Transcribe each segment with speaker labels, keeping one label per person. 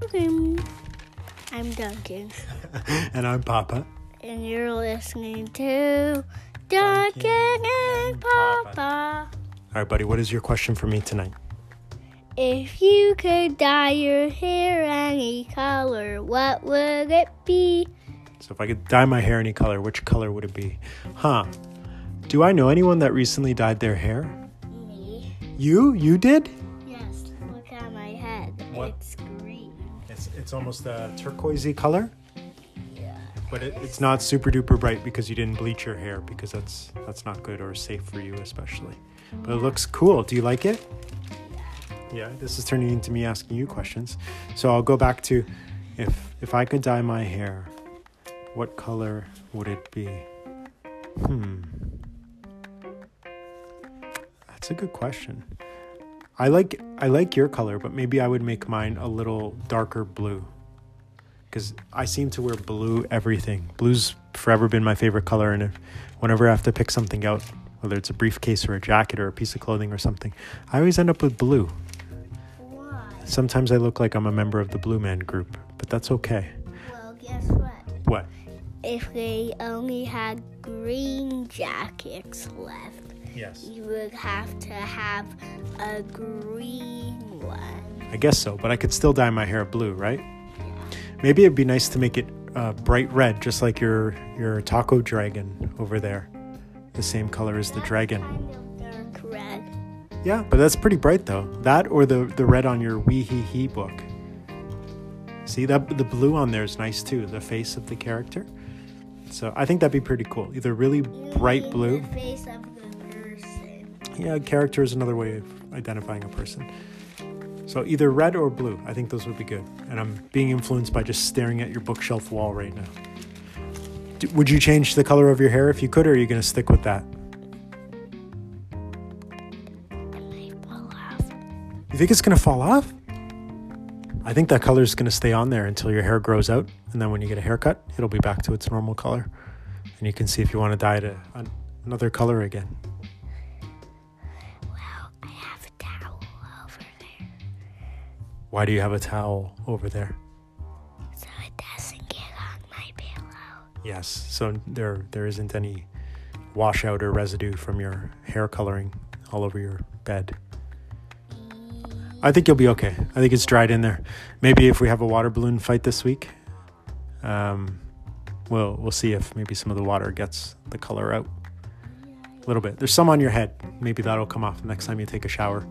Speaker 1: Welcome. I'm Duncan,
Speaker 2: and I'm Papa.
Speaker 1: and you're listening to Duncan and Papa.
Speaker 2: All right, buddy, what is your question for me tonight?
Speaker 1: If you could dye your hair any color, what would it be?
Speaker 2: So, if I could dye my hair any color, which color would it be? Huh. Do I know anyone that recently dyed their hair?
Speaker 1: Me.
Speaker 2: You? You did?
Speaker 1: Yes, look at my head.
Speaker 2: What?
Speaker 1: It's green.
Speaker 2: It's, it's almost a turquoisey color,
Speaker 1: Yeah.
Speaker 2: but it, it's not super duper bright because you didn't bleach your hair because that's that's not good or safe for you especially. But it looks cool. Do you like it? Yeah, this is turning into me asking you questions. So I'll go back to if if I could dye my hair, what color would it be? Hmm. That's a good question. I like I like your color, but maybe I would make mine a little darker blue. Cuz I seem to wear blue everything. Blue's forever been my favorite color and if, whenever I have to pick something out, whether it's a briefcase or a jacket or a piece of clothing or something, I always end up with blue.
Speaker 1: Why?
Speaker 2: Sometimes I look like I'm a member of the Blue Man group, but that's okay.
Speaker 1: Well, guess what?
Speaker 2: What?
Speaker 1: If they only had green jackets left,
Speaker 2: Yes.
Speaker 1: you would have to have a green one.
Speaker 2: I guess so, but I could still dye my hair blue, right? Maybe it'd be nice to make it uh, bright red, just like your your taco dragon over there, the same color as the dragon.
Speaker 1: Kind of dark red.
Speaker 2: Yeah, but that's pretty bright though. That or the the red on your Wee Hee Hee book. See that the blue on there is nice too, the face of the character. So I think that'd be pretty cool. Either really
Speaker 1: You
Speaker 2: bright
Speaker 1: mean
Speaker 2: blue.
Speaker 1: The face of the person.
Speaker 2: Yeah, character is another way of identifying a person. So either red or blue. I think those would be good. And I'm being influenced by just staring at your bookshelf wall right now. D- would you change the color of your hair if you could, or are you going to stick with that?
Speaker 1: And they fall off.
Speaker 2: You think it's going to fall off? I think that color is going to stay on there until your hair grows out. And then when you get a haircut, it'll be back to its normal color. And you can see if you want to dye it a, an- another color again.
Speaker 1: Well, I have a towel over there,
Speaker 2: Why do you have a towel over there?
Speaker 1: so it doesn't get on my pillow.
Speaker 2: Yes, so there there isn't any washout or residue from your hair coloring all over your bed. I think you'll be okay. I think it's dried in there. Maybe if we have a water balloon fight this week, um, we'll we'll see if maybe some of the water gets the color out a little bit. There's some on your head. Maybe that'll come off the next time you take a shower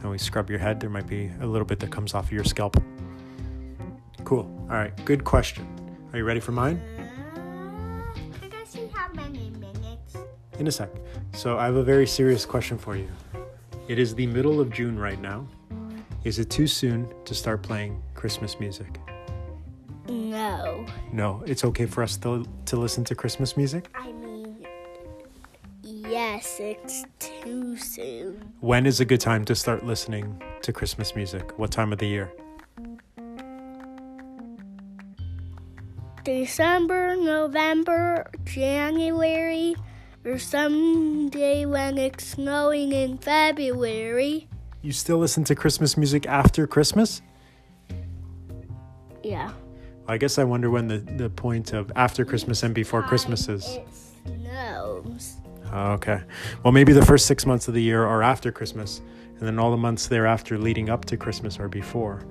Speaker 2: and we scrub your head. There might be a little bit that comes off of your scalp. Cool. All right. Good question. Are you ready for mine?
Speaker 1: Uh, I gotta see how many minutes.
Speaker 2: in a sec. So I have a very serious question for you. It is the middle of June right now. Is it too soon to start playing Christmas music?
Speaker 1: No.
Speaker 2: No, it's okay for us to, to listen to Christmas music.
Speaker 1: I mean, yes, it's too soon.
Speaker 2: When is a good time to start listening to Christmas music? What time of the year?
Speaker 1: December, November, January, or someday when it's snowing in February.
Speaker 2: You still listen to Christmas music after Christmas?
Speaker 1: Yeah.
Speaker 2: I guess I wonder when the, the point of after Christmas and before Christmas is.
Speaker 1: It snows.
Speaker 2: Ah, Okay. Well, maybe the first six months of the year are after Christmas, and then all the months thereafter leading up to Christmas are before.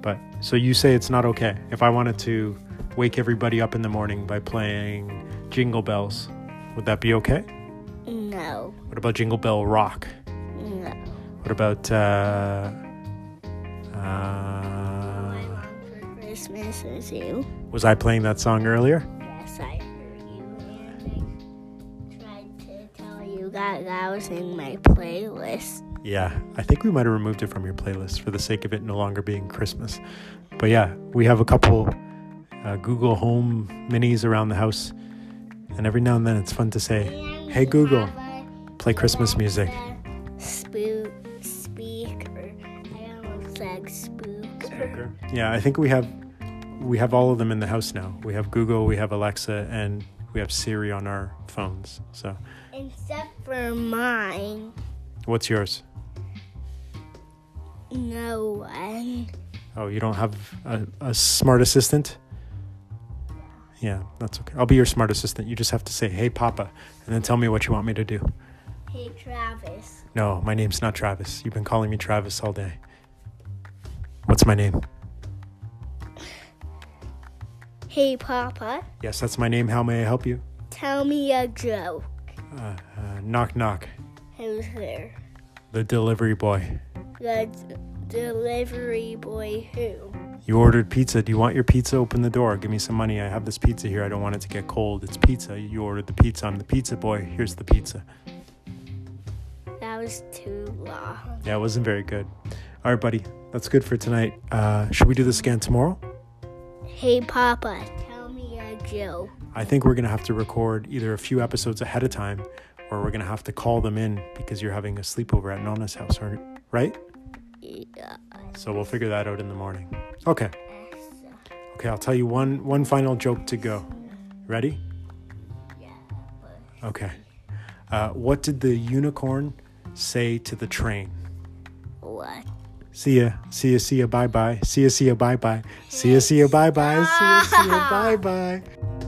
Speaker 2: But so you say it's not okay if I wanted to wake everybody up in the morning by playing Jingle Bells. Would that be okay?
Speaker 1: No.
Speaker 2: What about Jingle Bell Rock?
Speaker 1: No.
Speaker 2: What about uh, uh,
Speaker 1: Christmas is you.
Speaker 2: was I playing that song earlier?
Speaker 1: Yes, I heard you. And I tried to tell you that that was in my playlist.
Speaker 2: Yeah, I think we might have removed it from your playlist for the sake of it no longer being Christmas. But yeah, we have a couple uh, Google Home minis around the house, and every now and then it's fun to say,
Speaker 1: And we
Speaker 2: "Hey Google,
Speaker 1: have a-
Speaker 2: play Christmas music."
Speaker 1: Spook speaker. I almost said spooker.
Speaker 2: Yeah, I think we have we have all of them in the house now. We have Google, we have Alexa, and we have Siri on our phones. So,
Speaker 1: Except for mine.
Speaker 2: what's yours?
Speaker 1: No one.
Speaker 2: Oh, you don't have a, a smart assistant? Yeah, that's okay. I'll be your smart assistant. You just have to say, hey, Papa, and then tell me what you want me to do.
Speaker 1: Hey, Travis.
Speaker 2: No, my name's not Travis. You've been calling me Travis all day. What's my name?
Speaker 1: Hey, Papa.
Speaker 2: Yes, that's my name. How may I help you?
Speaker 1: Tell me a joke.
Speaker 2: Uh, uh, knock, knock.
Speaker 1: Who's there?
Speaker 2: The delivery boy.
Speaker 1: The d- delivery boy who?
Speaker 2: You ordered pizza. Do you want your pizza? Open the door. Give me some money. I have this pizza here. I don't want it to get cold. It's pizza. You ordered the pizza. I'm the pizza boy. Here's the pizza.
Speaker 1: That was too long.
Speaker 2: Yeah, it wasn't very good. All right, buddy. That's good for tonight. Uh, should we do this again tomorrow?
Speaker 1: Hey, Papa. Tell me a joke.
Speaker 2: I think we're going to have to record either a few episodes ahead of time or we're going to have to call them in because you're having a sleepover at Nona's house, aren't- right?
Speaker 1: Yeah.
Speaker 2: So we'll figure that out in the morning. Okay. Okay, I'll tell you one one final joke to go. Ready? Okay. Uh, what did the unicorn say to the train?
Speaker 1: What?
Speaker 2: See ya, see ya, see ya, bye bye. See ya, see ya, bye bye. See ya, see ya, bye bye. See ya, see ya, bye bye.